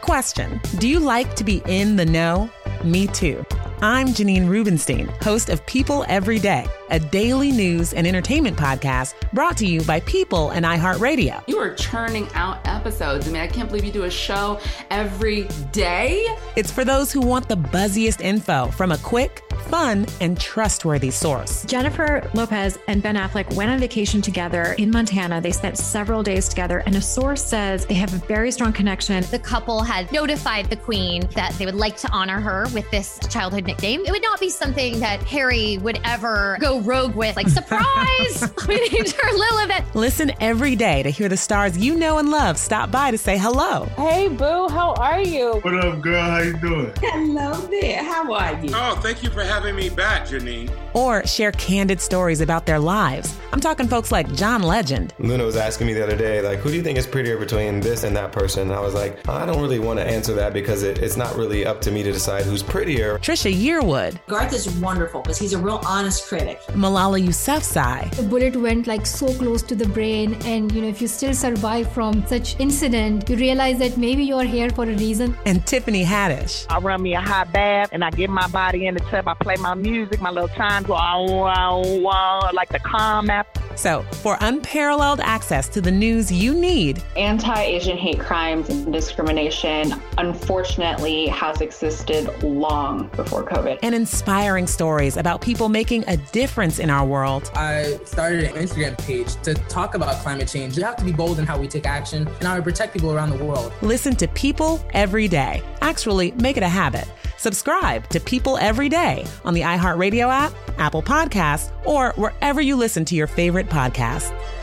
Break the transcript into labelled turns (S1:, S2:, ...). S1: Question Do you like to be in the know? Me too. I'm Janine Rubenstein, host of People Every Day, a daily news and entertainment podcast brought to you by People and iHeartRadio.
S2: You are churning out episodes. I mean, I can't believe you do a show every day.
S1: It's for those who want the buzziest info from a quick, fun, and trustworthy source.
S3: Jennifer Lopez and Ben Affleck went on vacation together in Montana. They spent several days together, and a source says they have a very strong connection.
S4: The couple had notified the queen that they would like to honor her with this childhood nickname. It would not be something that Harry would ever go rogue with, like, surprise, we named her Lilibet.
S1: Listen every day to hear the stars you know and love stop by to say hello.
S5: Hey, boo, how are you?
S6: What up, girl? How you doing?
S5: Hello there. How are you?
S7: Oh, thank you for having me back, Janine.
S1: Or share candid stories about their lives. I'm talking folks like John Legend,
S8: Luna was asking me the other day, like, who do you think is prettier between this and that person? And I was like, I don't really want to answer that because it, it's not really up to me to decide who's prettier.
S1: Trisha Yearwood,
S9: Garth is wonderful because he's a real honest critic.
S1: Malala Yousafzai,
S10: the bullet went like so close to the brain and you know if you still survive from such incident you realize that maybe you're here for a reason
S1: and Tiffany Haddish.
S11: I run me a hot bath and I get my body in the tub. I play my music, my little time go ah, ah, ah, like the calm app.
S1: So, for unparalleled access to the news you need,
S12: Anti Asian hate crimes and discrimination, unfortunately, has existed long before COVID.
S1: and inspiring stories about people making a difference in our world,
S13: I started an Instagram page to talk about climate change. You have to be bold in how we take action and how we protect people around the world.
S1: listen to People Every Day. Actually, make it a habit. Subscribe to People Every Day on the iHeartRadio app, Apple Podcasts, or wherever you listen to your favorite podcasts.